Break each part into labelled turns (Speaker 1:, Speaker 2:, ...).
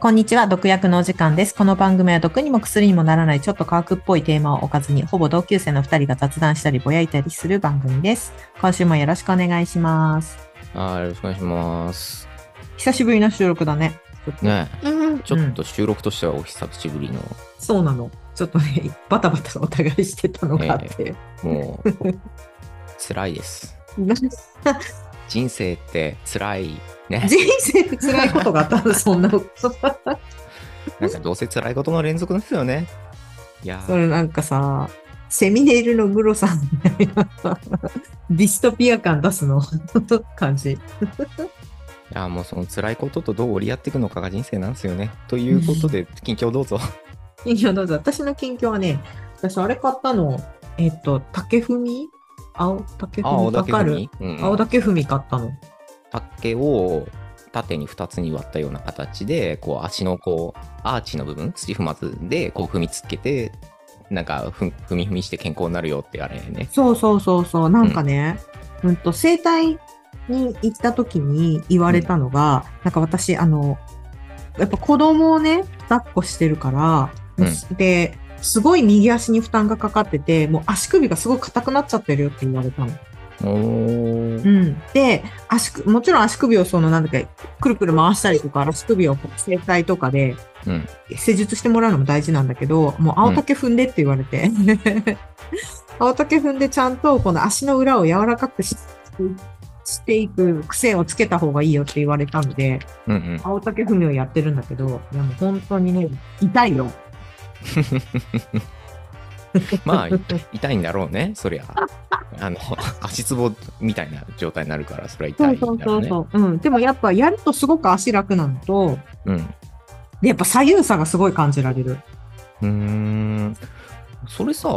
Speaker 1: こんにちは、毒薬のお時間です。この番組は毒にも薬にもならないちょっと科学っぽいテーマをおかずに、ほぼ同級生の2人が雑談したりぼやいたりする番組です。今週もよろしくお願いします。
Speaker 2: あーよろしくお願いします。
Speaker 1: 久しぶりの収録だね。
Speaker 2: ね
Speaker 3: うん
Speaker 2: え、ちょっと収録としてはお久しぶりの、
Speaker 1: そうなの。ちょっとね、バタバタお互いしてたのがあって。
Speaker 2: もう、辛 いです。人生って辛い。ね。
Speaker 1: 人生で辛いことがあったの、そんな こと。
Speaker 2: なんかどうせ辛いことの連続ですよね。いやー、
Speaker 1: それなんかさ、セミネイルのムロさんみたいなさ、ディストピア感出すの 感じ。
Speaker 2: いやーもうその辛いこととどう折り合っていくのかが人生なんですよね。ということで、近況どうぞ。
Speaker 1: 近況どうぞ。私の近況はね、私あれ買ったの、えっ、と、竹踏み青竹
Speaker 2: あ、青
Speaker 1: 踏み
Speaker 2: 竹
Speaker 1: わか
Speaker 2: 踏
Speaker 1: る
Speaker 2: み。うん
Speaker 1: 青竹踏み買ったの。
Speaker 2: 竹を縦に2つに割ったような形でこう足のこうアーチの部分土踏まずでこう踏みつけてなんかふん踏み踏みして健康になるよってあれね
Speaker 1: そうそうそうそう、なんかね、うん、と整体に行った時に言われたのが、なんか私、あの、やっぱ子供をね、抱っこしてるから、
Speaker 2: う
Speaker 1: で、すごい右足に負担がかかってて、もう足首がすごい硬くなっちゃってるよって言われたの。
Speaker 2: おー
Speaker 1: うん、で足首、もちろん足首をその、なんだっけ、くるくる回したりとか、足首を整体とかで、
Speaker 2: うん
Speaker 1: 施術してもらうのも大事なんだけど、もう青竹踏んでって言われて。 青竹踏んでちゃんとこの足の裏を柔らかくししていく癖をつけた方がいいよって言われたので、
Speaker 2: う んうん
Speaker 1: 青竹踏みをやってるんだけど、いやもう本当にね、痛いよ。
Speaker 2: まあい痛いんだろうねそりゃあの 足つぼみたいな状態になるからそれは痛
Speaker 1: そ
Speaker 2: いう
Speaker 1: そ
Speaker 2: ん
Speaker 1: う
Speaker 2: だ
Speaker 1: そうう
Speaker 2: ろね
Speaker 1: そう。うん。でもやっぱやるとすごく足楽なのと、
Speaker 2: うん
Speaker 1: で、やっぱ左右差がすごい感じられる。
Speaker 2: うーんそれさ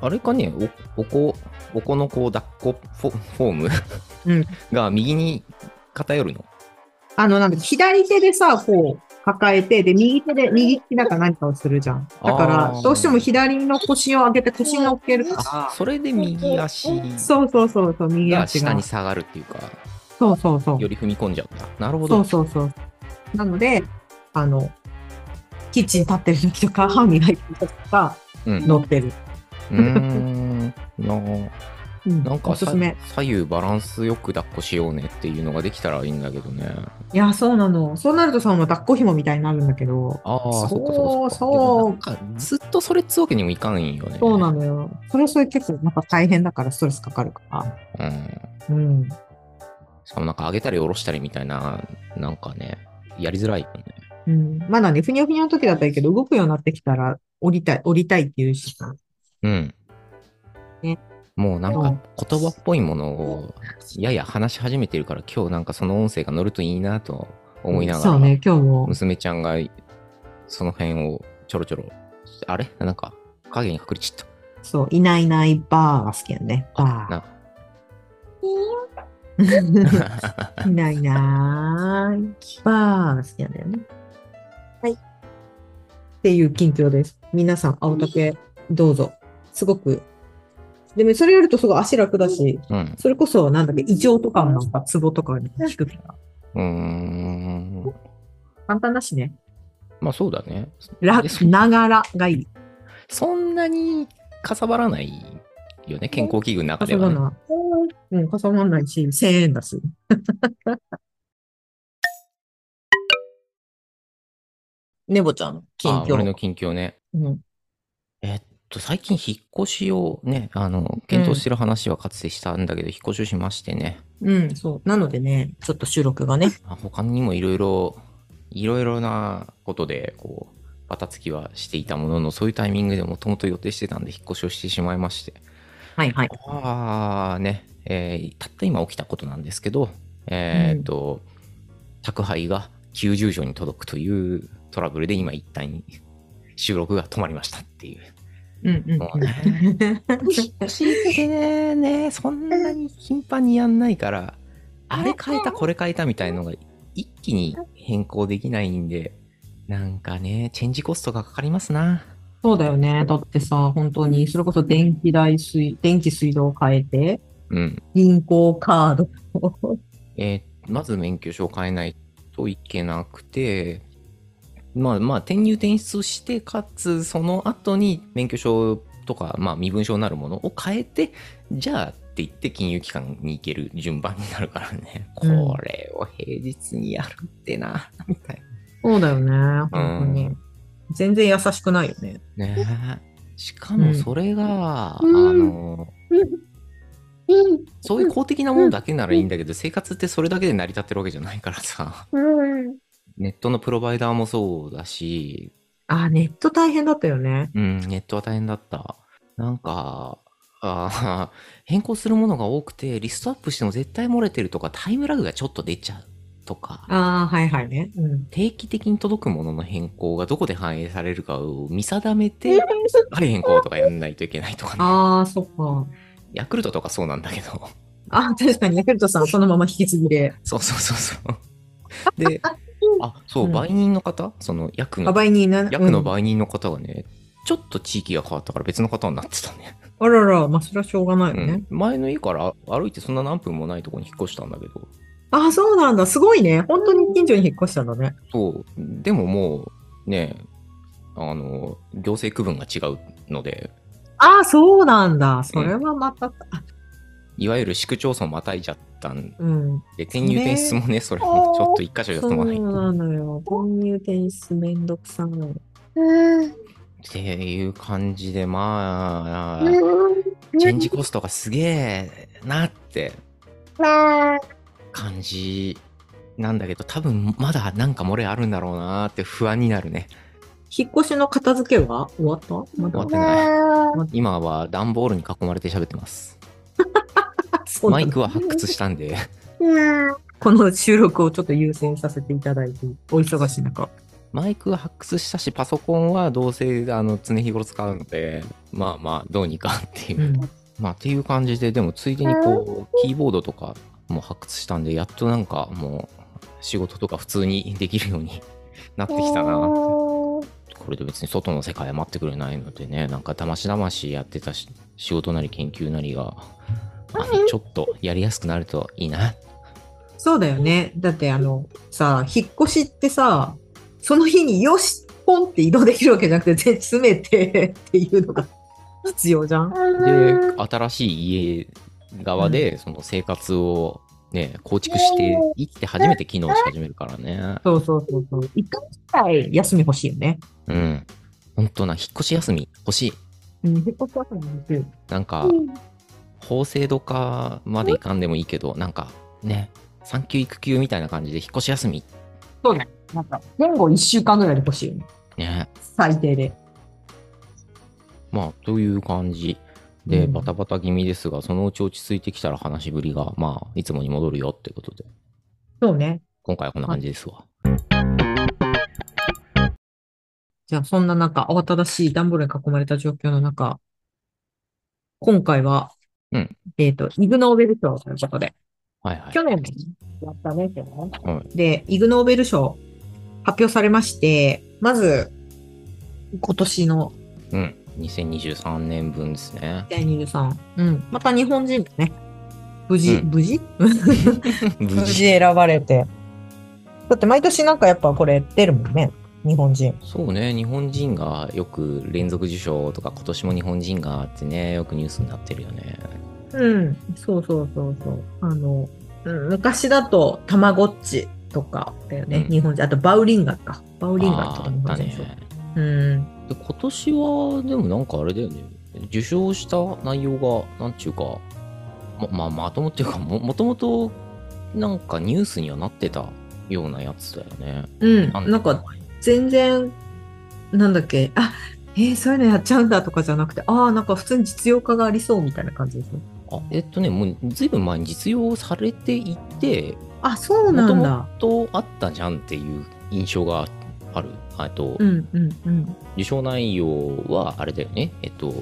Speaker 2: あれかねおおこおこのこう抱っこフォフォーム
Speaker 1: うん
Speaker 2: が右に偏るの
Speaker 1: あの、なんか左手でさ、こう、抱えて、で、右手で、右利きだから何かをするじゃん。だか
Speaker 2: あ
Speaker 1: ら、
Speaker 2: ー
Speaker 1: どうしても左の腰を上げて腰に乗っける
Speaker 2: あ
Speaker 1: か
Speaker 2: それで右足
Speaker 1: ら。そうそうそう、そう右
Speaker 2: が
Speaker 1: 足
Speaker 2: 下
Speaker 1: が
Speaker 2: に。下がるっていうか、
Speaker 1: そうそうそう
Speaker 2: よ。り踏み込んじゃった。なるほ
Speaker 1: そ
Speaker 2: ど。
Speaker 1: うそうそう。なので、あの、キッチン立ってる時とか、歯磨いてる時とか、
Speaker 2: うん
Speaker 1: 乗ってる。
Speaker 2: うーんな
Speaker 1: うん
Speaker 2: なんか
Speaker 1: おす
Speaker 2: さ
Speaker 1: すめ。
Speaker 2: 左右バランスよく抱っこしようねっていうのができたらいいんだけどね。
Speaker 1: いや、そうなの。そうなるとさ、もう抱っこ紐みたいになるんだけど。
Speaker 2: ああ、
Speaker 1: そう
Speaker 2: そっかそっか
Speaker 1: そう
Speaker 2: っか。でもなんかずっとそれっつうわけにもいかんよね。
Speaker 1: そうなのよ。それはそれ結構なんか大変だからストレスかかるから。
Speaker 2: うん。
Speaker 1: うん。
Speaker 2: しかもなんか上げたり下ろしたりみたいな、なんかね、やりづらいよね。
Speaker 1: うん、まだね、ふにょふにょの時だったらいいけど、動くようになってきたら、降りたい、降りたいって言うしさ。
Speaker 2: うん。
Speaker 1: ね
Speaker 2: もうなん
Speaker 1: う
Speaker 2: か
Speaker 1: ん
Speaker 2: 言葉っぽいものをやや話し始めてるから今日なんかその音声が乗るといいなと思いながら、
Speaker 1: そうね、今日も。
Speaker 2: 娘ちゃんがその辺をちょろちょろあれなんか影に隠れちゃっ
Speaker 1: そう、いないいないバーが好きやね。
Speaker 2: た
Speaker 1: バ
Speaker 2: な
Speaker 1: ー。いないいないバーが好きやね。はい。っていう近況です。皆さん、青竹、どうぞ。すごく。でも、それやるとすごい足楽だし、
Speaker 2: うん
Speaker 1: それこそ、なんだっけ、胃腸とかもなんか、ツボとかに効くから。
Speaker 2: うーん
Speaker 1: 簡単だしね。
Speaker 2: まあそうだねで
Speaker 1: 楽、
Speaker 2: そ
Speaker 1: ながらがいい。
Speaker 2: そんなにかさばらないよね健康器具の中
Speaker 1: か
Speaker 2: で
Speaker 1: さば
Speaker 2: は、ね、
Speaker 1: ない。うん、かさばないし、1000円だし。 ねぼちゃん、近
Speaker 2: あ俺の
Speaker 1: 況。
Speaker 2: 近況ね
Speaker 1: うん、
Speaker 2: えっと、最近引っ越しをね、あの、検討してる話はかつてしたんだけど、引っ越しをしましてね、
Speaker 1: うん、そう。なのでね、ちょっと収録がね。
Speaker 2: あ他にもいろいろ、いろいろなことで、こう、ばたつきはしていたものの、そういうタイミングでもともと予定してたんで、引っ越しをしてしまいまして。
Speaker 1: はいはい。
Speaker 2: ああ、ね、えーたった今起きたことなんですけど、えーっと、宅配が急住所に届くというトラブルで、今一体に収録が止まりましたっていう。
Speaker 1: うんうん
Speaker 2: も
Speaker 1: う。
Speaker 2: うんね でね、そんなに頻繁にやんないから、あれ変えた、これ変えたみたいのが一気に変更できないんで、なんかね、チェンジコストがかかりますな。
Speaker 1: そうだよね。だってさ、本当に、それこそ電気代、水、電気水道を変えて、
Speaker 2: うん。
Speaker 1: 銀行カードを。
Speaker 2: えーまず免許証を変えないといけなくて、まあまあ、転入転出して、かつその後に免許証とか、まあ身分証なるものを変えて、じゃあって言って金融機関に行ける順番になるからね。こ
Speaker 1: うん
Speaker 2: れを平日にやるってな、みたい
Speaker 1: そうだよね、本
Speaker 2: な。
Speaker 1: 当に。全然優しくないよね。
Speaker 2: ねえしかもそれが、
Speaker 1: うん
Speaker 2: あの、
Speaker 1: うん。
Speaker 2: そういう公的なものだけならいいんだけど、生活ってそれだけで成り立ってるわけじゃないからさ、
Speaker 1: うん。
Speaker 2: ネットのプロバイダーもそうだし、
Speaker 1: あ、ネット大変だったよね。
Speaker 2: うん、ネットは大変だった。なんか、あー 変更するものが多くて、リストアップしても絶対漏れてるとか、タイムラグがちょっと出ちゃうとか、
Speaker 1: ああ、はいはいね。うん。
Speaker 2: 定期的に届くものの変更がどこで反映されるかを見定めて、あれ変更とかやんないといけないとかね。
Speaker 1: ああ、そっか。
Speaker 2: ヤクルトとかそうなんだけど。
Speaker 1: あ、確かにヤクルトさんそのまま引き継ぎで。
Speaker 2: そうそうそうそ う。で、あ、そうう、
Speaker 1: ん
Speaker 2: 売人の方、その、ヤク
Speaker 1: あ、
Speaker 2: の、
Speaker 1: 倍にな。
Speaker 2: ヤクの
Speaker 1: うん
Speaker 2: 売人の方がね、ちょっと地域が変わったから別の方になってたね。
Speaker 1: あらら、まあ、それはしょうがないよ
Speaker 2: う
Speaker 1: ね。
Speaker 2: ん、前の家から歩いてそんな何分もないところに引っ越したんだけど、
Speaker 1: あ、そうなんだ。すごいね。本当に近所に引っ越したんだね。
Speaker 2: そう、でももう、ね、あの、行政区分が違うので、
Speaker 1: あ、そうなんだ。それはまた、あ
Speaker 2: いわゆる市区町村またいじゃったん
Speaker 1: うん。
Speaker 2: で、転入転出もね、それもちょっと一箇所じゃ
Speaker 1: そ
Speaker 2: 済まないう
Speaker 1: なのよ。購入転出めんどくさい。
Speaker 2: っていう感じで、まあ、チェンジコストがすげえなって感じなんだけど、多分まだなんか漏れあるんだろうなーって不安になるね。
Speaker 1: 引っ越しの片付けは終わったま
Speaker 2: 終わ
Speaker 1: だ
Speaker 2: ってない。今は段ボールに囲まれて喋ってます。
Speaker 1: あそうな
Speaker 2: マ
Speaker 1: ん
Speaker 2: イ
Speaker 1: だ
Speaker 2: クは発掘したんで、
Speaker 1: この収録をちょっと優先させていただいて、お忙しい中。
Speaker 2: マイクは発掘したし、パソコンはどうせあの常日頃使うので、まあまあ、どうにかっていう。
Speaker 1: うん。
Speaker 2: まあっていう感じで、でもついでにこう、キーボードとかも発掘したんで、やっとなんかもう、仕事とか普通にできるように なってきたなって。これで別に外の世界は待ってくれないのでね、なんかだましだましやってたし仕事なり研究なりが、あ のちょっとやりやすくなるといいな。
Speaker 1: そうだよね。だってあの、さ、引っ越しってさ、その日によし、ポンって移動できるわけじゃなくて、全詰めてっていうのが必要じゃん。
Speaker 2: で、新しい家側でその生活をね、構築していって初めて機能し始めるからね。
Speaker 1: そうそうそうそう。一回くらい休み欲しいよね。
Speaker 2: うん。本当な、引っ越し休み欲しい。
Speaker 1: うん、引っ越し休み欲しい。
Speaker 2: なんか、法制度化までいかんでもいいけど、なんかね、産休育休みたいな感じで引っ越し休み
Speaker 1: そうだよ。なんか、前後一週間ぐらいで欲しいよね。
Speaker 2: ね。
Speaker 1: 最低で。
Speaker 2: まあ、という感じで、
Speaker 1: うん
Speaker 2: バタバタ気味ですが、そのうち落ち着いてきたら話しぶりが、まあ、いつもに戻るよってことで、
Speaker 1: そうね。
Speaker 2: 今回はこんな感じですわ。
Speaker 1: じゃあ、そんな中、慌ただしい段ボールに囲まれた状況の中、今回は、
Speaker 2: うん
Speaker 1: えっ、と、イグ・ノーベル賞ということで、
Speaker 2: はいはい。
Speaker 1: 去年やったね、でもね
Speaker 2: は
Speaker 1: で、イグ・ノーベル賞発表されまして、まず、今年の
Speaker 2: うん。2023年分ですね。
Speaker 1: 第23、うん、また日本人だね、無事、
Speaker 2: うん
Speaker 1: 無事
Speaker 2: 無
Speaker 1: 無事
Speaker 2: 事。
Speaker 1: 選ばれて。だって毎年なんかやっぱこれ出るもんね、日本人。
Speaker 2: そうね、日本人がよく連続受賞とか、今年も日本人がってね、よくニュースになってるよね。
Speaker 1: うん、そうそうそうそう。あの、うん、昔だと、たまごっちとかだよね、
Speaker 2: うん
Speaker 1: 日本人。あと、バウリンガンか。バウリンガンと
Speaker 2: あ
Speaker 1: か日
Speaker 2: ーあ
Speaker 1: 本
Speaker 2: った
Speaker 1: 人そう。
Speaker 2: ね。
Speaker 1: うん。
Speaker 2: で、今年は、でもなんかあれだよね。受賞した内容が、なんちゅうか、ま、まあ、まともっていうか、も、もともと、なんかニュースにはなってたようなやつだよね。
Speaker 1: うん、
Speaker 2: あ
Speaker 1: なんか、、全然、なんだっけ、あえーそういうのやっちゃうんだとかじゃなくて、ああ、なんか普通に実用化がありそうみたいな感じですね。
Speaker 2: あ、えっとね、もう、ずいぶん前に実用されていて、
Speaker 1: あ、そうなんだ。
Speaker 2: とあったじゃんっていう印象がある。あと、
Speaker 1: うんうんうん。
Speaker 2: 受賞内容は、あれだよね。えっと、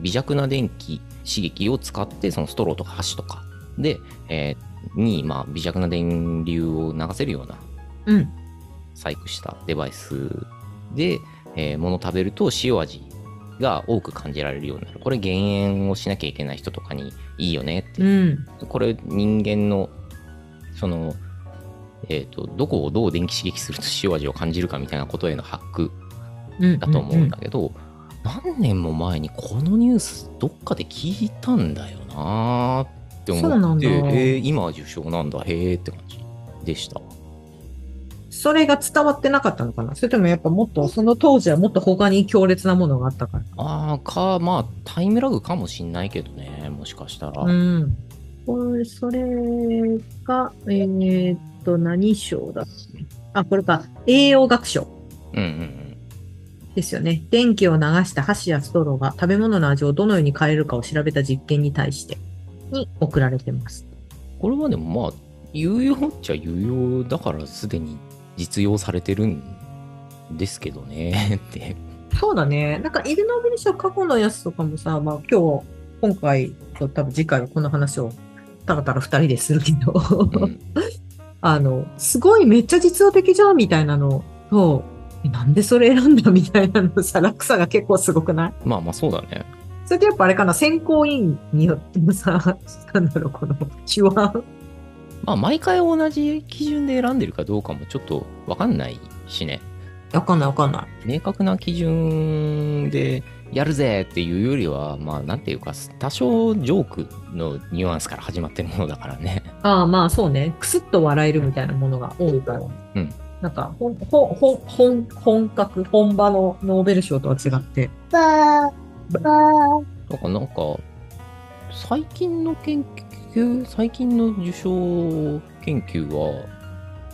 Speaker 2: 微弱な電気刺激を使って、そのストローとか箸とかで、えーに、まあ、微弱な電流を流せるような
Speaker 1: うん。
Speaker 2: 細工したデバイスで、えー物を食べると塩味が多く感じられるようになる。これ減塩をしなきゃいけない人とかにいいよねって。
Speaker 1: うん。
Speaker 2: これ人間の、その、えっ、と、どこをどう電気刺激すると塩味を感じるかみたいなことへの発掘
Speaker 1: うん。
Speaker 2: だと思うんだけど、何年も前にこのニュースどっかで聞いたんだよなーって思って
Speaker 1: そうなんだ
Speaker 2: えー今は受賞なんだへえって感じでした
Speaker 1: それが伝わってなかったのかなそれともやっぱもっと、その当時はもっと他に強烈なものがあったから。
Speaker 2: ああかまあタイムラグかもしんないけどねもしかしたら、
Speaker 1: うん。これ、それが、えーっと、何賞だあ、これか。栄養学賞
Speaker 2: うんうん
Speaker 1: ですよね。電気を流した箸やストローが食べ物の味をどのように変えるかを調べた実験に対してに送られてます。
Speaker 2: うんこれはでもまあ有用っちゃ有用だからすでに実用されてるんですけどね って
Speaker 1: そうだね。なんか、イグノーベル賞過去のやつとかもさ、まあ今日、今回と多分次回はこの話をたらたら二人でするけど、
Speaker 2: うん
Speaker 1: あの、すごいめっちゃ実用的じゃんみたいなのと、えなんでそれ選んだみたいなのさ、落差が結構すごくない
Speaker 2: まあまあそうだね
Speaker 1: それってやっぱあれかな、選考委員によってもさ、 なんだろう、この手腕。
Speaker 2: まあ毎回同じ基準で選んでるかどうかもちょっとわかんないしね
Speaker 1: わかんないわかんない。
Speaker 2: 明確な基準でやるぜっていうよりはまあなんていうか多少ジョークのニュアンスから始まってるものだからね
Speaker 1: ああ、まあそうね。くすっと笑えるみたいなものが多いから。
Speaker 2: うん。
Speaker 1: なんか、ほん、ほん、ほん、本本格、本場のノーベル賞とは違って。
Speaker 2: だからなんか最近の研究最近の受賞研究は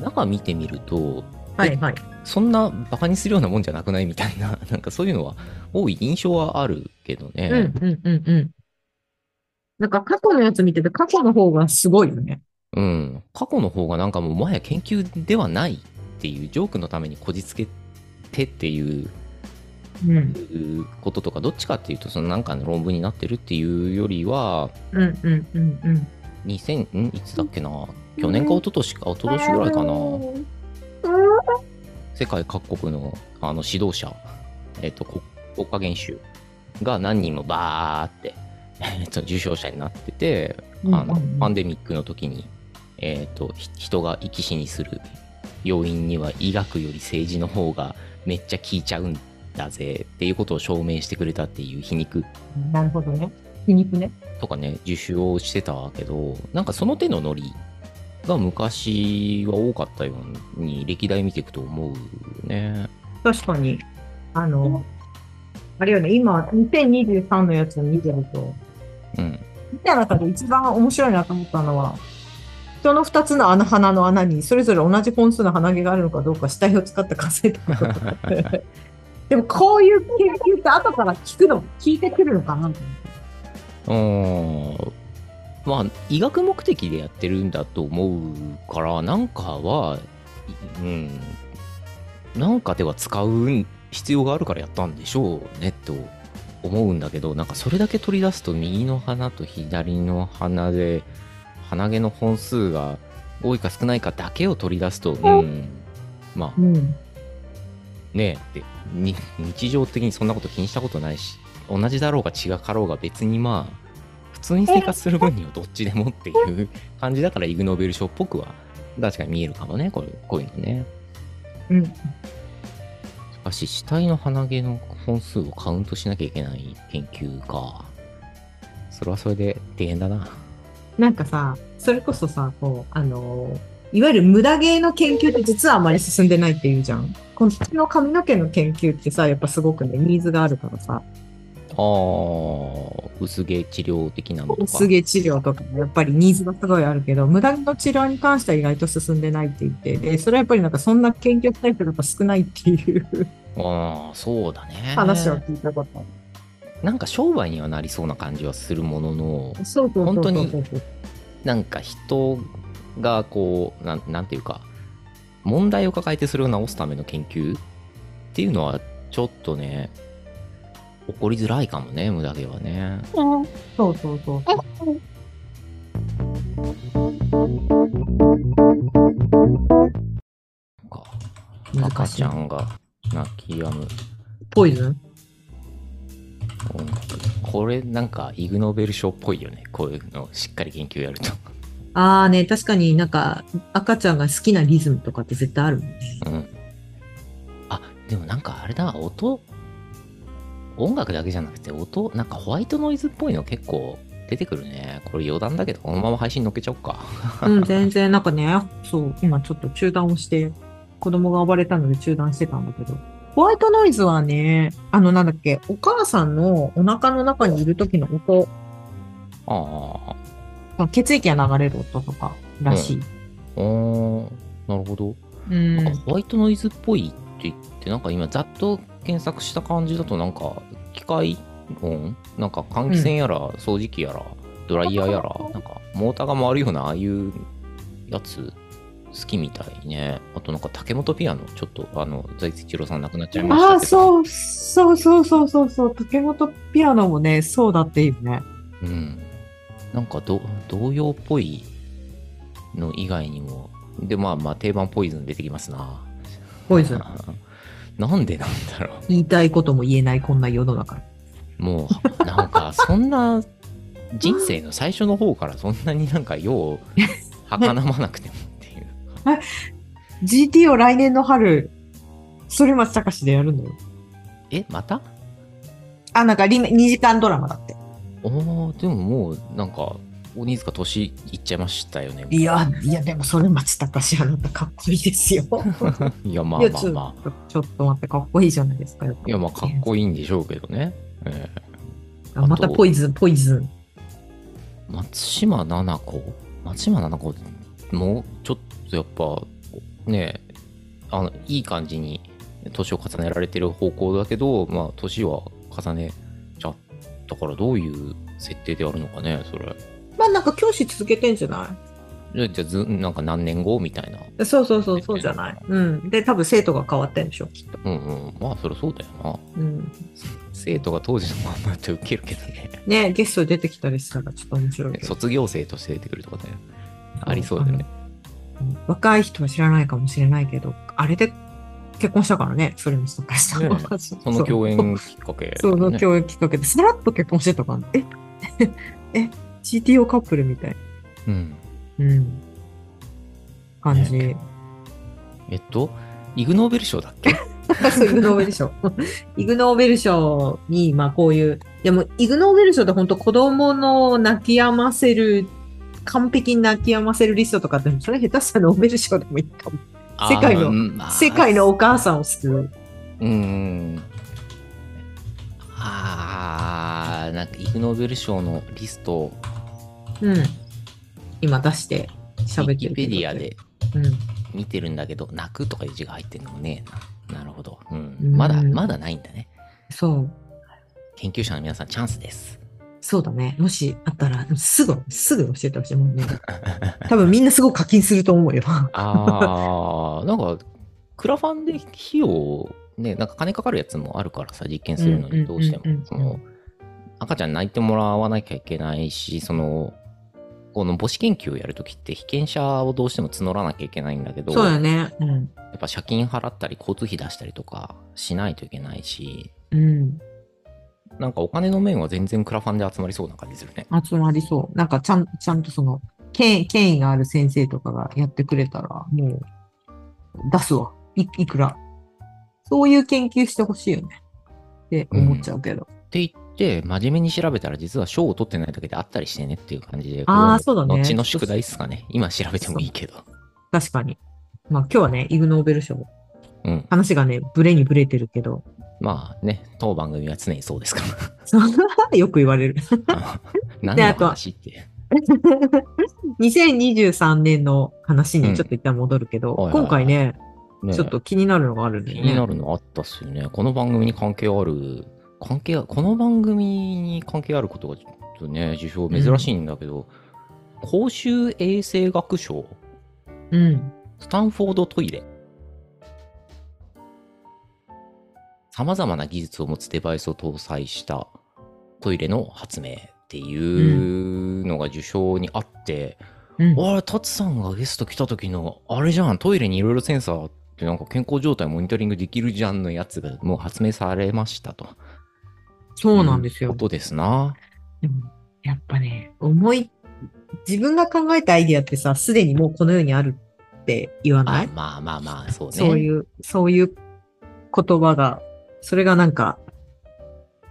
Speaker 2: 中見てみると
Speaker 1: はいはい。
Speaker 2: そんなバカにするようなもんじゃなくないみたいな なんかそういうのは多い印象はあるけどね、
Speaker 1: うんうんうんうん。なんか過去のやつ見てて、過去の方がすごいよね。
Speaker 2: うん、過去の方がなんかもうもはや研究ではないっていうジョークのためにこじつけてっていう
Speaker 1: うん。
Speaker 2: こととかどっちかっていうとそのなんかの論文になってるっていうよりは
Speaker 1: うんうんうんうん。
Speaker 2: 2000んいつだっけな去年か一昨年か一昨年ぐらいかな世界各国のあの指導者、えっと国国家元首が何人もバーって、 えっと受賞者になっててあのパンデミックの時に、えー、とひ人が生き死にする要因には医学より政治の方がめっちゃ効いちゃうんだぜっていうことを証明してくれたっていう皮肉
Speaker 1: なるほどね。皮肉ね。
Speaker 2: とかね受賞をしてたけどなんかその手のノリが昔は多かったように歴代見ていくと思うよね。
Speaker 1: 確かに、あの、あれよね、今、2023のやつを見てると、
Speaker 2: うん、
Speaker 1: 見た中で一番面白いなと思ったのは、人の二つの穴、鼻の穴に、それぞれ同じ本数の鼻毛があるのかどうか、死体を使って数えたことだって でも、こういう研究って後から聞くの、聞いてくるのかなと思って
Speaker 2: うーんまあ医学目的でやってるんだと思うからなんかはうんなんかでは使う必要があるからやったんでしょうねと思うんだけどなんかそれだけ取り出すと右の鼻と左の鼻で鼻毛の本数が多いか少ないかだけを取り出すとうんまあ
Speaker 1: うん。
Speaker 2: ねえってに 日常的にそんなこと気にしたことないし同じだろうが違かろうが別にまあ普通に生活する分にはどっちでもっていう感じだからイグ・ノーベル賞っぽくは確かに見えるかもねこれこういうのね
Speaker 1: うん。
Speaker 2: しかし死体の鼻毛の本数をカウントしなきゃいけない研究かそれはそれで大変だな
Speaker 1: なんかさ、それこそさ、こう、あのーいわゆる無駄毛の研究って実はあまり進んでないっていうじゃん。こっちの髪の毛の研究ってさ、やっぱすごくね、ニーズがあるからさ、
Speaker 2: あー薄毛治療的なのとか
Speaker 1: 薄毛治療とかもやっぱりニーズがすごいあるけど、無駄毛の治療に関しては意外と進んでないって言って、で、それはやっぱりなんかそんな研究タイプがやっぱ少ないっていう
Speaker 2: あーそうだね
Speaker 1: 話を聞いたことある。
Speaker 2: なんか商売にはなりそうな感じはするものの
Speaker 1: そうそうそうそう
Speaker 2: 本当になんか人がこうなんなんていうか問題を抱えてそれを直すための研究っていうのはちょっとね起こりづらいかもね無駄毛はね
Speaker 1: そうそうそう。
Speaker 2: か
Speaker 1: 難しい
Speaker 2: 赤ちゃんが泣き止む
Speaker 1: ポイズン
Speaker 2: うんこれなんかイグノーベル賞っぽいよねこういうのをしっかり研究やると、
Speaker 1: ああね、確かになんか赤ちゃんが好きなリズムとかって絶対あるもんね。
Speaker 2: うん、あでもなんかあれだ音音楽だけじゃなくて音なんかホワイトノイズっぽいの結構出てくるねこれ余談だけどこのまま配信乗っけちゃおうか
Speaker 1: うん、全然なんかね、そう、今ちょっと中断をして、子供が暴れたので中断してたんだけど、ホワイトノイズはね、あのなんだっけ、お母さんのお腹の中にいる時の音、
Speaker 2: あ
Speaker 1: 血液が流れる音とからしい。
Speaker 2: あおーなるほど
Speaker 1: うん。
Speaker 2: なんかホワイトノイズっぽいって言って、なんか今ざっと検索した感じだとなんか機械音なんか換気扇やら掃除機やらドライヤーやらなんかモーターが回るようなああいうやつ好きみたいねあとなんか竹本ピアノちょっとあの財津一郎さん亡くなっちゃいましたけど
Speaker 1: ああ、そう、そうそうそうそうそう、竹本ピアノもね、そうだっていいよね。
Speaker 2: うん、なんかど童謡っぽいの以外にもでまあまあ定番ポイズン出てきますな
Speaker 1: ポイズン。
Speaker 2: なんでなんだろう
Speaker 1: 言いたいことも言えないこんな世の中。
Speaker 2: もうなんかそんな人生の最初の方からそんなになんか用をはかなまなくてもって いう
Speaker 1: GT を来年の春、反町隆史でやるんだよ。
Speaker 2: えまた
Speaker 1: あ、なんかリメ、2時間ドラマだって。
Speaker 2: おーでももうなんか鬼塚年いっちゃいましたよね
Speaker 1: いや、いや、でも反町隆史あなたかっこいいですよ。
Speaker 2: いやまあ
Speaker 1: いや
Speaker 2: ま
Speaker 1: ち
Speaker 2: あ
Speaker 1: ょ
Speaker 2: まあ
Speaker 1: ちょっと待って、かっこいいじゃないですか。い
Speaker 2: いやまあかっこいいんでしょうけどね、え
Speaker 1: あまたポイズン、ポイズン。
Speaker 2: ー松島菜々子松島菜々子もうちょっとやっぱねえあのいい感じに年を重ねられてる方向だけどまあ年は重ねちゃったからどういう設定であるのかねそれ
Speaker 1: まあなんか教師続けてんじゃな
Speaker 2: じゃあじゃあずなんか何年後みたいない
Speaker 1: そうそうそう、そうじゃない。うん。で、多分生徒が変わってんでしょ、きっと。
Speaker 2: うんうんまあそりゃそうだよな
Speaker 1: うん。
Speaker 2: 生徒が当時のまんまって受けるけどね
Speaker 1: ね、ゲスト出てきたりしたらちょっと面白いけど。
Speaker 2: 卒業生として出てくるとかねありそうだよね
Speaker 1: あの。うん若い人は知らないかもしれないけど、あれで結婚したからね、それにしたからさんは
Speaker 2: ね
Speaker 1: そ
Speaker 2: その共演
Speaker 1: う
Speaker 2: きっかけ、ね、
Speaker 1: そうその共演きっかけで、さらっと結婚してたからね、ええ ?GTO カップルみたい
Speaker 2: うん
Speaker 1: な。うん。感じ。
Speaker 2: ねえっとイグノーベル賞だっけ
Speaker 1: そうイグ・ノーベル賞。 イグ・ノーベル賞に、まあこういう、でもイグ・ノーベル賞って本当子供の泣き止ませる、完璧に泣き止ませるリストとかって、それ下手したらノーベル賞でもいいかも。 世界の
Speaker 2: あーまあ
Speaker 1: 世界のお母さんを救う。
Speaker 2: うん。ああ、なんかイグ・ノーベル賞のリストを
Speaker 1: うん。今出して
Speaker 2: ウ
Speaker 1: 喋
Speaker 2: ィ
Speaker 1: って
Speaker 2: キ
Speaker 1: る。
Speaker 2: ペディア。で
Speaker 1: うん。
Speaker 2: 見てるんだけど、泣くとかいう字が入ってるのもねえな。なるほど。うん。
Speaker 1: うん
Speaker 2: まだ、まだないんだね。
Speaker 1: そう。
Speaker 2: 研究者の皆さん、チャンスです。
Speaker 1: そうだね。もしあったら、すぐ、すぐ教えてほしいもんね。多分みんなすごく課金すると 思うよ。
Speaker 2: ああ、なんか、クラファンで費用、ね、なんか金かかるやつもあるからさ、実験するのにどうして
Speaker 1: うんうんうんうん
Speaker 2: も。その赤ちゃん泣いてもらわなきゃいけないし、その、この母子研究をやるときって被験者をどうしても募らなきゃいけないんだけど、
Speaker 1: そうだ
Speaker 2: や
Speaker 1: よね。うん。
Speaker 2: っぱ借金払ったり交通費出したりとかしないといけないし、
Speaker 1: うん。
Speaker 2: なんかお金の面は全然クラファンで集まりそうな感じするね。
Speaker 1: 集まりそう。なんかちゃん、ちゃんとその、権権威がある先生とかがやってくれたら、もう、出すわ。いいくら。そういう研究してほしいよね。って思っちゃうけど。
Speaker 2: って言って、真面目に調べたら実は賞を取ってないだけであったりしてねっていう感じで、
Speaker 1: あーそうだね
Speaker 2: 後の宿題っすかね。今調べてもいいけど。
Speaker 1: 確かに。まあ今日はね、イグ・ノーベル賞。
Speaker 2: うん。
Speaker 1: 話がね、ブレにブレてるけど。
Speaker 2: まあね、当番組は常にそうですか
Speaker 1: そのよく言われる。
Speaker 2: ら。何の話って。
Speaker 1: 2023年の話
Speaker 2: うん
Speaker 1: にちょっと一旦戻るけど、
Speaker 2: はいはいはい
Speaker 1: 今回ね、
Speaker 2: ね
Speaker 1: ちょっと気になるのがあるんだ
Speaker 2: 気
Speaker 1: よね。
Speaker 2: になるのあったっすよね。この番組に関係ある、関係あ、この番組に関係あることがちょっとね、受賞珍しいんだけど、公衆衛生学賞、
Speaker 1: うん。
Speaker 2: スタンフォードトイレ。さまざまな技術を持つデバイスを搭載したトイレの発明っていうのが受賞にあって、
Speaker 1: うん。
Speaker 2: あれ、タツさんがゲスト来た時の、あれじゃん、トイレにいろいろセンサーってなんか健康状態モニタリングできるじゃんのやつがもう発明されましたと。
Speaker 1: そうなんですよ。
Speaker 2: ことですな。
Speaker 1: でも、やっぱね、思い、自分が考えたアイディアってさ、すでにもうこの世にあるって言わない
Speaker 2: あまあまあまあ、そうね。
Speaker 1: そういう、そういう言葉が、それがなんか、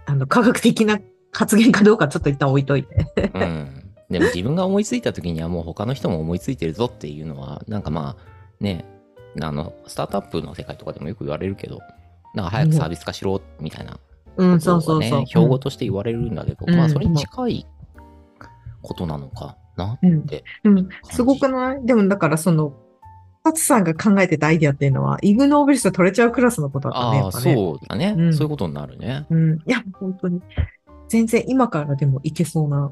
Speaker 1: あの、科学的な発言かどうかちょっと一旦置いといて。
Speaker 2: うん。でも自分が思いついた時にはもう他の人も思いついてるぞっていうのは、なんかまあ、ね、あの、スタートアップの世界とかでもよく言われるけど、なんか早くサービス化しろみたいな
Speaker 1: うん、
Speaker 2: こと
Speaker 1: そう
Speaker 2: を
Speaker 1: そう
Speaker 2: ね、
Speaker 1: そう。
Speaker 2: 標語として言われるんだけど、
Speaker 1: うん
Speaker 2: まあそれに近いことなのかな。
Speaker 1: うん
Speaker 2: て
Speaker 1: うん、すごくないでもだからその、タツさんが考えてたアイディアっていうのは、イグノーベリスト取れちゃうクラスのことだったね。
Speaker 2: あ
Speaker 1: や
Speaker 2: あ、
Speaker 1: っぱね
Speaker 2: そうだね、
Speaker 1: うん
Speaker 2: そういうことになるね。
Speaker 1: うん、いや、本当に。全然今からでもいけそうな。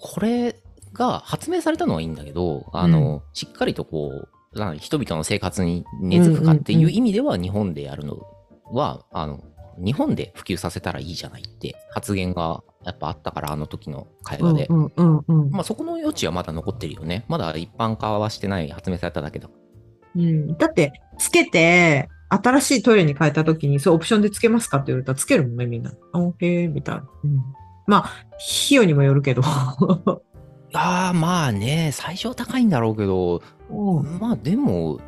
Speaker 2: これが発明されたのはいいんだけど、あの、しっかりとこう、なん人々の生活に根付くかって
Speaker 1: うん
Speaker 2: い
Speaker 1: うんう
Speaker 2: う
Speaker 1: ん
Speaker 2: 意味では、日本でやるのは、あの、日本で普及させたらいいじゃないって発言がやっぱあったから、あの時の会
Speaker 1: う
Speaker 2: 話
Speaker 1: ん
Speaker 2: で。
Speaker 1: うんうんうん。
Speaker 2: まあそこの余地はまだ残ってるよね。まだ一般化はしてない、発明されただけだ。
Speaker 1: うん、だって、つけて、新しいトイレに変えたときに、そう、オプションでつけますかって言われたらつけるもんね、みんな。あ、へえ、みたいな。うん。まあ、費用にもよるけど。
Speaker 2: ああ、まあね、最初は高いんだろうけど、
Speaker 1: うん
Speaker 2: まあでも、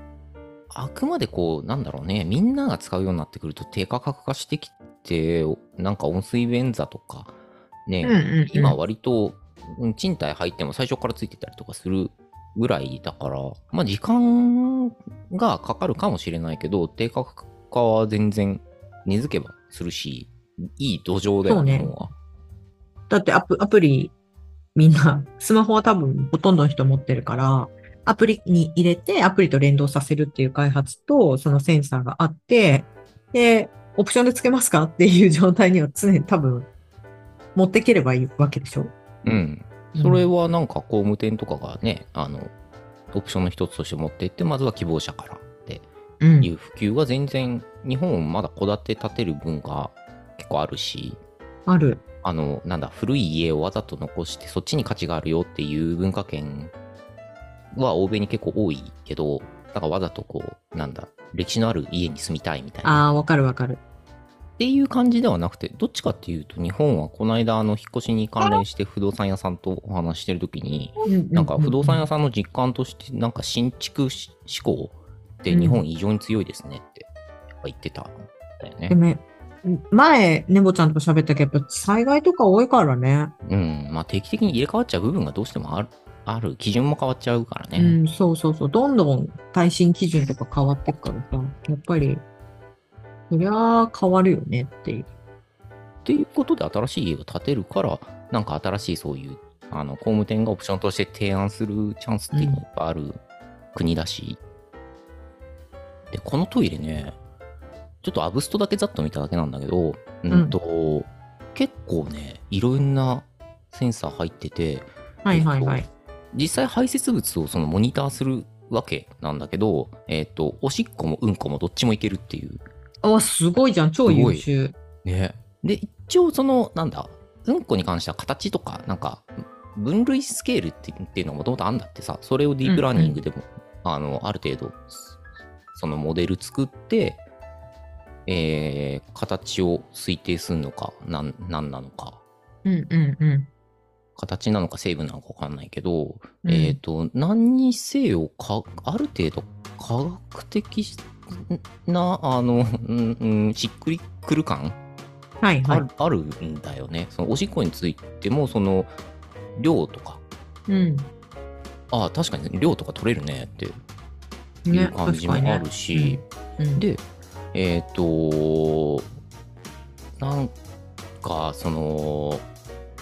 Speaker 2: あくまでこう、なんだろうね、みんなが使うようになってくると低価格化してきて、なんか温水便座とか、ね、
Speaker 1: うんうんうん
Speaker 2: 今割とうん賃貸入っても最初からついてたりとかするぐらいだから、まあ時間がかかるかもしれないけど、低価格化は全然根付けばするし、いい土壌だよね、
Speaker 1: そうね
Speaker 2: もうは
Speaker 1: だってアプ、アプリ、みんな、スマホは多分ほとんどの人持ってるから、アプリに入れて、アプリと連動させるっていう開発と、そのセンサーがあって、で、オプションでつけますかっていう状態には常に多分、持ってければいいわけでしょ
Speaker 2: うん。それはなんか工務店とかがね、あの、オプションの一つとして持っていって、まずは希望者からって
Speaker 1: うん
Speaker 2: いう普及は全然、日本まだ戸建て建てる文化結構あるし、
Speaker 1: ある。
Speaker 2: あの、なんだ、古い家をわざと残して、そっちに価値があるよっていう文化圏は欧米に結構多いけど、だからわざとこう、なんだ、歴史のある家に住みたいみたいな。
Speaker 1: ああ、わかるわかる。
Speaker 2: っていう感じではなくて、どっちかっていうと、日本はこの間、あの、引っ越しに関連して不動産屋さんとお話ししてるときに、なんか不動産屋さんの実感として、なんか新築し志向って日本異常に強いですねってやっぱ言ってたんだよ
Speaker 1: で
Speaker 2: ね。
Speaker 1: ね、前、ねぼちゃんと喋ったけど、やっぱ災害とか多いからね。
Speaker 2: うん。まあ定期的に入れ替わっちゃう部分がどうしてもある、ある。基準も変わっちゃうから
Speaker 1: う
Speaker 2: ね。
Speaker 1: ん、そうそうそう。どんどん耐震基準とか変わってくからさ、やっぱり、そりゃあ変わるよねっていう。
Speaker 2: っていうことで新しい家を建てるから、なんか新しいそういう、あの、工務店がオプションとして提案するチャンスっていうのがいっぱいある国だし。で、このトイレね、ちょっとアブストだけざっと見ただけなんだけど、うんと、結構ね、いろんなセンサー入ってて、
Speaker 1: はいはいはい。
Speaker 2: 実際排泄物をそのモニターするわけなんだけど、えっ、と、おしっこもうんこもどっちもいけるっていう。
Speaker 1: あ、すごいじゃん。超優秀。
Speaker 2: ね。で、一応その、なんだ、うんこに関しては形とか、なんか、分類スケールってっていうのがもともとあんだってさ、それをディープラーニングでも、あの、ある程度、そのモデル作って、えー、形を推定するのか、なん、なんなのか、
Speaker 1: うんうんうん。
Speaker 2: 形なのか成分なのか分かんないけど、
Speaker 1: うん
Speaker 2: えっ、と何にせよかある程度科学的なあの、うんうん、しっくりくる感
Speaker 1: はいは
Speaker 2: あ
Speaker 1: い
Speaker 2: る,、。あるんだよねそのおしっこについてもその量とか
Speaker 1: うん。
Speaker 2: ああ確かに量とか取れるねってい
Speaker 1: ね、
Speaker 2: う感じ
Speaker 1: 確
Speaker 2: も
Speaker 1: かに
Speaker 2: あ
Speaker 1: ね
Speaker 2: る。し、
Speaker 1: うん、
Speaker 2: で、えっ、と、なんか、その、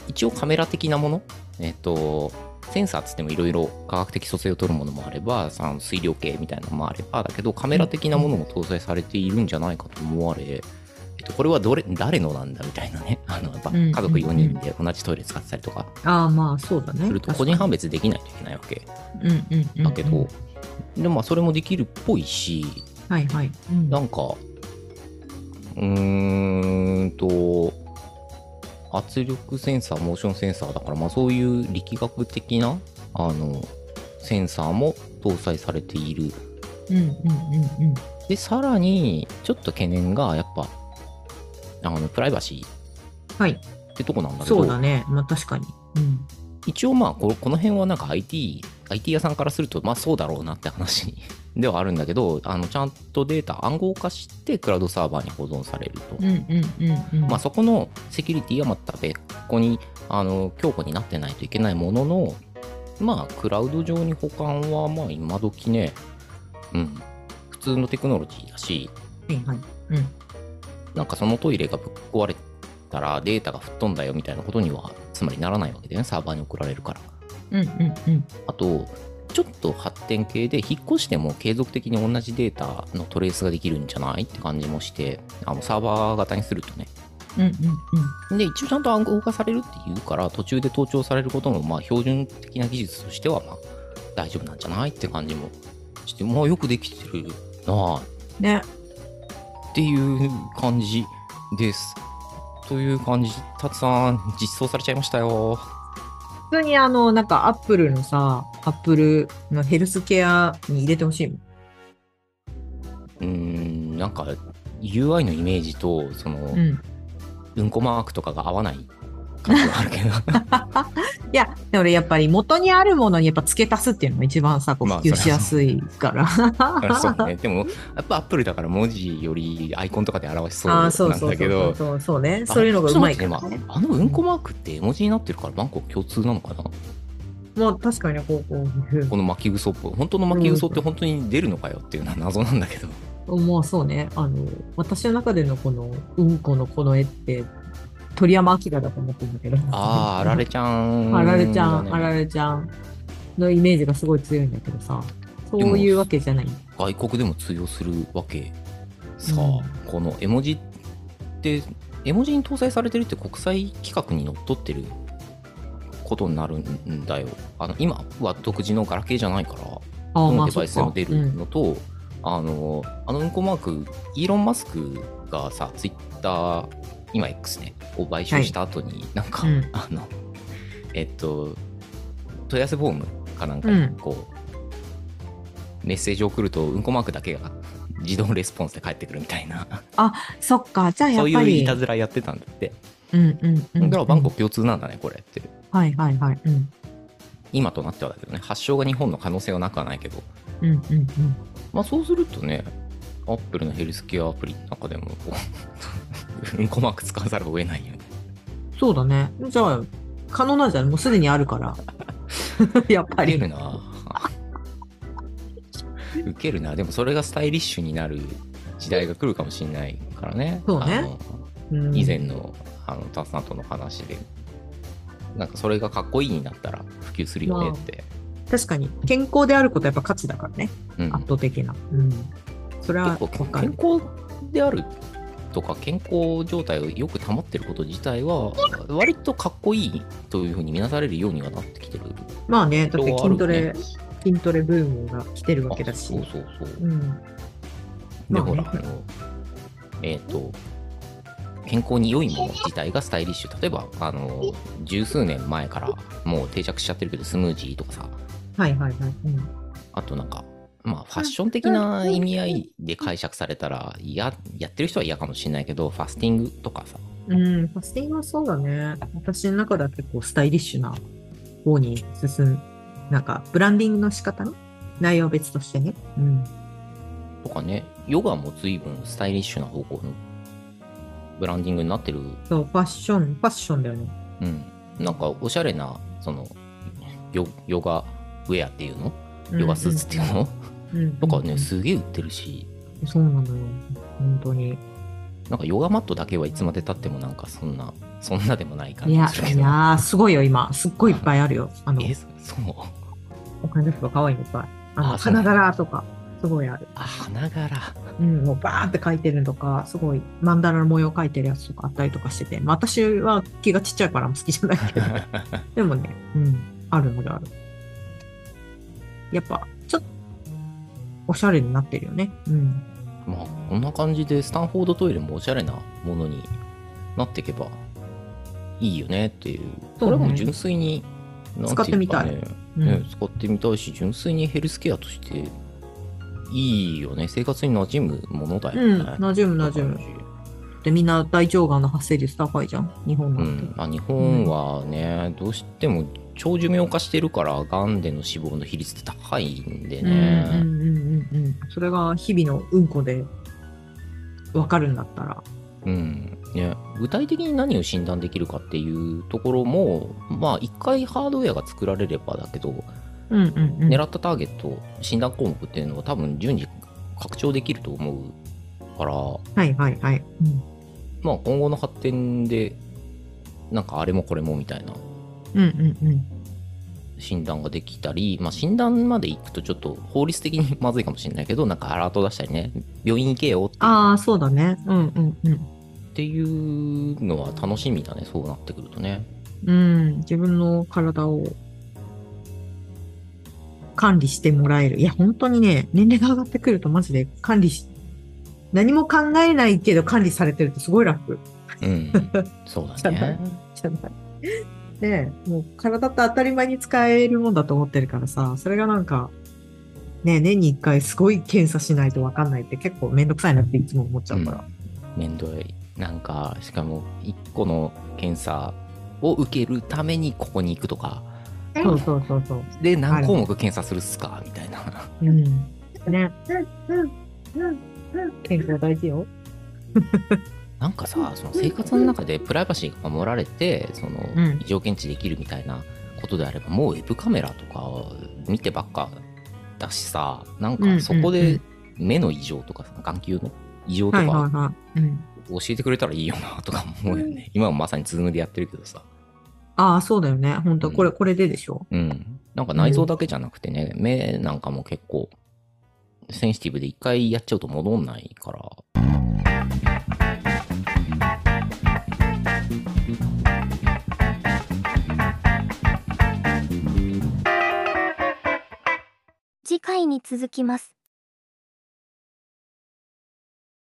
Speaker 2: 一応カメラ的なもの、えっ、と、センサーっつってもいろいろ科学的組成を取るものもあれば、その水量計みたいなのもあれば、だけどカメラ的なものも搭載されているんじゃないかと思われ、えっと、これはどれ誰のなんだみたいなね、あのやっぱ
Speaker 1: うんうんうん
Speaker 2: 家族4人で同じトイレ使ってたりとか
Speaker 1: ああ、まあそうだね。
Speaker 2: すると、個人判
Speaker 1: 別
Speaker 2: 別できないといけないわけだ
Speaker 1: だ
Speaker 2: けど、でもまあそれもできるっぽいし、
Speaker 1: はいはい。うん
Speaker 2: なんか、うーんと、圧力センサー、モーションセンサーだから、まあそういう力学的な、あの、センサーも搭載されている。
Speaker 1: うんうんうんうん。
Speaker 2: で、さらに、ちょっと懸念が、やっぱ、あの、プライバシー
Speaker 1: はい。
Speaker 2: ってとこなんだけ
Speaker 1: そ
Speaker 2: ど、
Speaker 1: うだね。まあ確かに。うん。
Speaker 2: 一応まあここの辺はなんか IT, IT 屋さんからするとまあそうだろうなって話 ではあるんだけどあのちゃんとデータ暗号化してクラウドサーバーに保存されると、
Speaker 1: うんうんうんうん。
Speaker 2: まあ、そこのセキュリティはまた別個にあの強固になってないといけないもののまあクラウド上に保管はまあ今時ねうん普通のテクノロジーだし
Speaker 1: はいはい。うん。
Speaker 2: なんかそのトイレがぶっ壊れたらデータが吹っ飛んだよみたいなことにはつまりならないわけだよねサーバーに送られるから。
Speaker 1: うんうんうん。
Speaker 2: あと、ちょっと発展系で、引っ越しても継続的に同じデータのトレースができるんじゃないって感じもして、あのサーバー型にするとね。
Speaker 1: うんうん
Speaker 2: で、一応ちゃんと暗号化されるっていうから、途中で盗聴されることも、まあ、標準的な技術としては、まあ、大丈夫なんじゃないって感じもして、まあ、よくできてるなあ
Speaker 1: うん。ね。
Speaker 2: っていう感じです。という感じ、たつさん、実装されちゃいましたよ。
Speaker 1: 普通にあの、なんかアップルのさ、アップルのヘルスケアに入れてほしいもん。
Speaker 2: うーん、なんか、UI のイメージと、その、
Speaker 1: うん。
Speaker 2: うんこマークとかが合わない感じはあるけど
Speaker 1: いや、でも俺やっぱり元にあるものにやっぱ付け足すっていうのが一番さ、こう
Speaker 2: まあ
Speaker 1: 普及しやすいから。
Speaker 2: そうねでもやっぱアップルだから文字よりアイコンとかで表しそう
Speaker 1: あ
Speaker 2: な
Speaker 1: あ、そうそ
Speaker 2: ん
Speaker 1: う
Speaker 2: だ
Speaker 1: そ
Speaker 2: け
Speaker 1: うそ
Speaker 2: ど
Speaker 1: うそうそうね。そういうのがうまいから、
Speaker 2: あちょっと
Speaker 1: ね
Speaker 2: 待って。今あのうんこマークって絵文字になってるからバンコク共通なのかな
Speaker 1: もう確かにこう、こ
Speaker 2: この巻き嘘っぽい本当の巻き嘘って本当に出るのかよっていうのは謎なんだけど
Speaker 1: う、もうそうね。あの、私の中でのこの、うんこのこの絵って、鳥山明だと思ってるんだけど。
Speaker 2: あああられちゃ ん、
Speaker 1: あられちゃん、
Speaker 2: だね
Speaker 1: あられちゃんのイメージがすごい強いんだけどさ、そういうわけじゃない。
Speaker 2: 外国でも通用するわけさあ、
Speaker 1: う
Speaker 2: この絵文字って絵文字に搭載されてるって国際規格にのっとってることになるんだよあの今は独自のガラケーじゃないから
Speaker 1: あ
Speaker 2: ど
Speaker 1: あ、ま
Speaker 2: の
Speaker 1: あ
Speaker 2: デ
Speaker 1: そ
Speaker 2: バ
Speaker 1: う
Speaker 2: イスでも
Speaker 1: か。
Speaker 2: 出
Speaker 1: う
Speaker 2: る
Speaker 1: ん
Speaker 2: のと、あのあのうんこマークイーロン・マスクがさツイッター今 X ねを買収した後に、なんか、
Speaker 1: うん
Speaker 2: あのえっと問い合わせフォームかなんかに
Speaker 1: うん
Speaker 2: こう、メッセージを送るとうんこマークだけが自動レスポンスで返ってくるみたいな
Speaker 1: そっか、じゃあや
Speaker 2: そ
Speaker 1: っ
Speaker 2: う
Speaker 1: ぱ
Speaker 2: いうい
Speaker 1: り。
Speaker 2: たずらやってたんだって
Speaker 1: うんうんうん。
Speaker 2: だからバンコク共通なんだねこれって
Speaker 1: はいはいはい。うん
Speaker 2: 今となってはだけどね発祥が日本の可能性はなくはないけど
Speaker 1: うんうんうん。
Speaker 2: まあそうするとね、アップルのヘルスケアアプリの中でも、こう、 うんこマーク使わざるを得ないよね。
Speaker 1: そうだね。じゃあ、可能なんじゃないもうすでにある から。やっぱ
Speaker 2: ウケ
Speaker 1: り。
Speaker 2: るな ウケるなでもそれがスタイリッシュになる時代が来るかもしれないからね。
Speaker 1: そうね
Speaker 2: あの
Speaker 1: うん
Speaker 2: 以前の、あの、タスナとの話で。なんかそれがかっこいいになったら普及するよねって。
Speaker 1: 確かに、健康であることはやっぱ価値だからね。
Speaker 2: うん
Speaker 1: 圧倒的な。うん。それは
Speaker 2: 結構
Speaker 1: わかる
Speaker 2: 健。康であるとか健康状態をよく保ってること自体は割とかっこいいというふうに見なされるようにはなってきてる
Speaker 1: まあね、だって
Speaker 2: 人はある
Speaker 1: 筋ト
Speaker 2: よ
Speaker 1: レ
Speaker 2: ね、
Speaker 1: 筋トレブームが来てるわけだし
Speaker 2: あ。そうそうそう、
Speaker 1: うん。
Speaker 2: で
Speaker 1: まあ
Speaker 2: ほ
Speaker 1: ね
Speaker 2: らあのえっ、と健康に良いもの自体がスタイリッシュ例えばあの十数年前からもう定着しちゃってるけどスムージーとかさ
Speaker 1: はいはいはい。うん
Speaker 2: あとなんかまあファッション的な意味合いで解釈されたらややってる人は嫌かもしれないけどファスティングとかさ
Speaker 1: うん、ファスティングはそうだね。私の中では結構スタイリッシュな方に進む。なんか、ブランディングの仕方ね。内容は別としてね。うん。
Speaker 2: とかね、ヨガも随分スタイリッシュな方向のブランディングになってる、
Speaker 1: そう、ファッション、ファッションだよね。
Speaker 2: うん、なんかおしゃれな、そのヨヨガウェアっていうの、ヨガスーツっていうの、
Speaker 1: うんうん
Speaker 2: とか
Speaker 1: う
Speaker 2: ね、
Speaker 1: ん
Speaker 2: すげえ売ってるし、
Speaker 1: そうなのよ。本当に。
Speaker 2: なんかヨガマットだけはいつまでたっても、なんかそんな、そんなでもない感
Speaker 1: い
Speaker 2: じ
Speaker 1: や
Speaker 2: がする、け
Speaker 1: い
Speaker 2: ど。
Speaker 1: やー、すごいよ、今。すっごいいっぱいあるよ。あの、
Speaker 2: え、そそう
Speaker 1: お金とか可愛いのいっぱい。あの、
Speaker 2: あそうな
Speaker 1: 花
Speaker 2: んだ
Speaker 1: 柄とか、すごいある。
Speaker 2: あ、花柄。
Speaker 1: うん、もうバーって描いてるのとか、すごい曼荼羅の模様描いてるやつとかあったりとかしてて、まあ、私は気がちっちゃいから好きじゃ ないけど、でもね、うん、あるのである。やっぱ、ちょっと、おしゃれになってるよね。うん。
Speaker 2: まあ、こんな感じで、スタンフォードトイレもおしゃれなものになっていけばいいよねっていう、
Speaker 1: そう
Speaker 2: こ
Speaker 1: ね
Speaker 2: れはもう純粋に、なん
Speaker 1: 使ってみたい
Speaker 2: てうかね
Speaker 1: うん
Speaker 2: ね、使ってみたいし純粋にヘルスケアとしていいよね生活に馴染むものだよ
Speaker 1: うん、
Speaker 2: ね、
Speaker 1: 馴染む馴染む。ってみんな大腸がんの発生率高いじゃん、日本
Speaker 2: う
Speaker 1: なんて。
Speaker 2: ん、まあ、日本はね、どうしても長寿命化してるから、がんでの死亡の比率って高いんで
Speaker 1: うんう
Speaker 2: ね、
Speaker 1: んうんうんうん。それが日々のうんこでわかるんだったら。
Speaker 2: うんね、具体的に何を診断できるかっていうところも、まあ、一回ハードウェアが作られればだけど、
Speaker 1: うんうんうん。
Speaker 2: 狙ったターゲット、診断項目っていうのは、多分順次拡張できると思うから、
Speaker 1: はいはいはい。
Speaker 2: まあ、今後の発展で、なんかあれもこれもみたいな
Speaker 1: うんうんうんうん。
Speaker 2: 診断ができたり、まあ、診断まで行くとちょっと法律的にまずいかもしれないけど、なんかアラート出したりね、病院行けよっていう
Speaker 1: ああ、そうだね。うんうんうん。
Speaker 2: っていうのは楽しみだね、そうなってくるとね。
Speaker 1: うん、自分の体を管理してもらえる。いや、本当にね、年齢が上がってくるとマジで管理し、何も考えないけど管理されてるとすごい楽
Speaker 2: うん。そう だ
Speaker 1: じゃない、
Speaker 2: ね。
Speaker 1: じゃない。で、もう体って当たり前に使えるもんだと思ってるからさ、それがなんか、ね、年に一回すごい検査しないとわかんないって結構めんどくさいなっていつも思っちゃうから。
Speaker 2: めんどい。なんか、しかも、一個の検査を受けるためにここに行くとか、
Speaker 1: そうそうそうそう。
Speaker 2: で、何項目検査するっすかみたいな。
Speaker 1: うん。ね。健康大事よ。
Speaker 2: なんかさ、その生活の中でプライバシーが守られて、その
Speaker 1: うん
Speaker 2: 異常検知できるみたいなことであれば、もうウェブカメラとか見てばっかだしさ、なん
Speaker 1: うんうんう
Speaker 2: か
Speaker 1: ん
Speaker 2: そこで目の異常とかさ、眼球の異常と
Speaker 1: はいは
Speaker 2: か
Speaker 1: いはい。うん。
Speaker 2: 教えてくれたらいいよなとか思うよね。今はまさにズームでやってるけどさ、
Speaker 1: ああ、そうだよね。本当
Speaker 2: うん
Speaker 1: これ、これででしょ。
Speaker 2: うん。なんか内臓だけじゃなくてね、目なんかも結構センシティブで一回やっちゃうと戻んないから、
Speaker 3: 次回に続きます。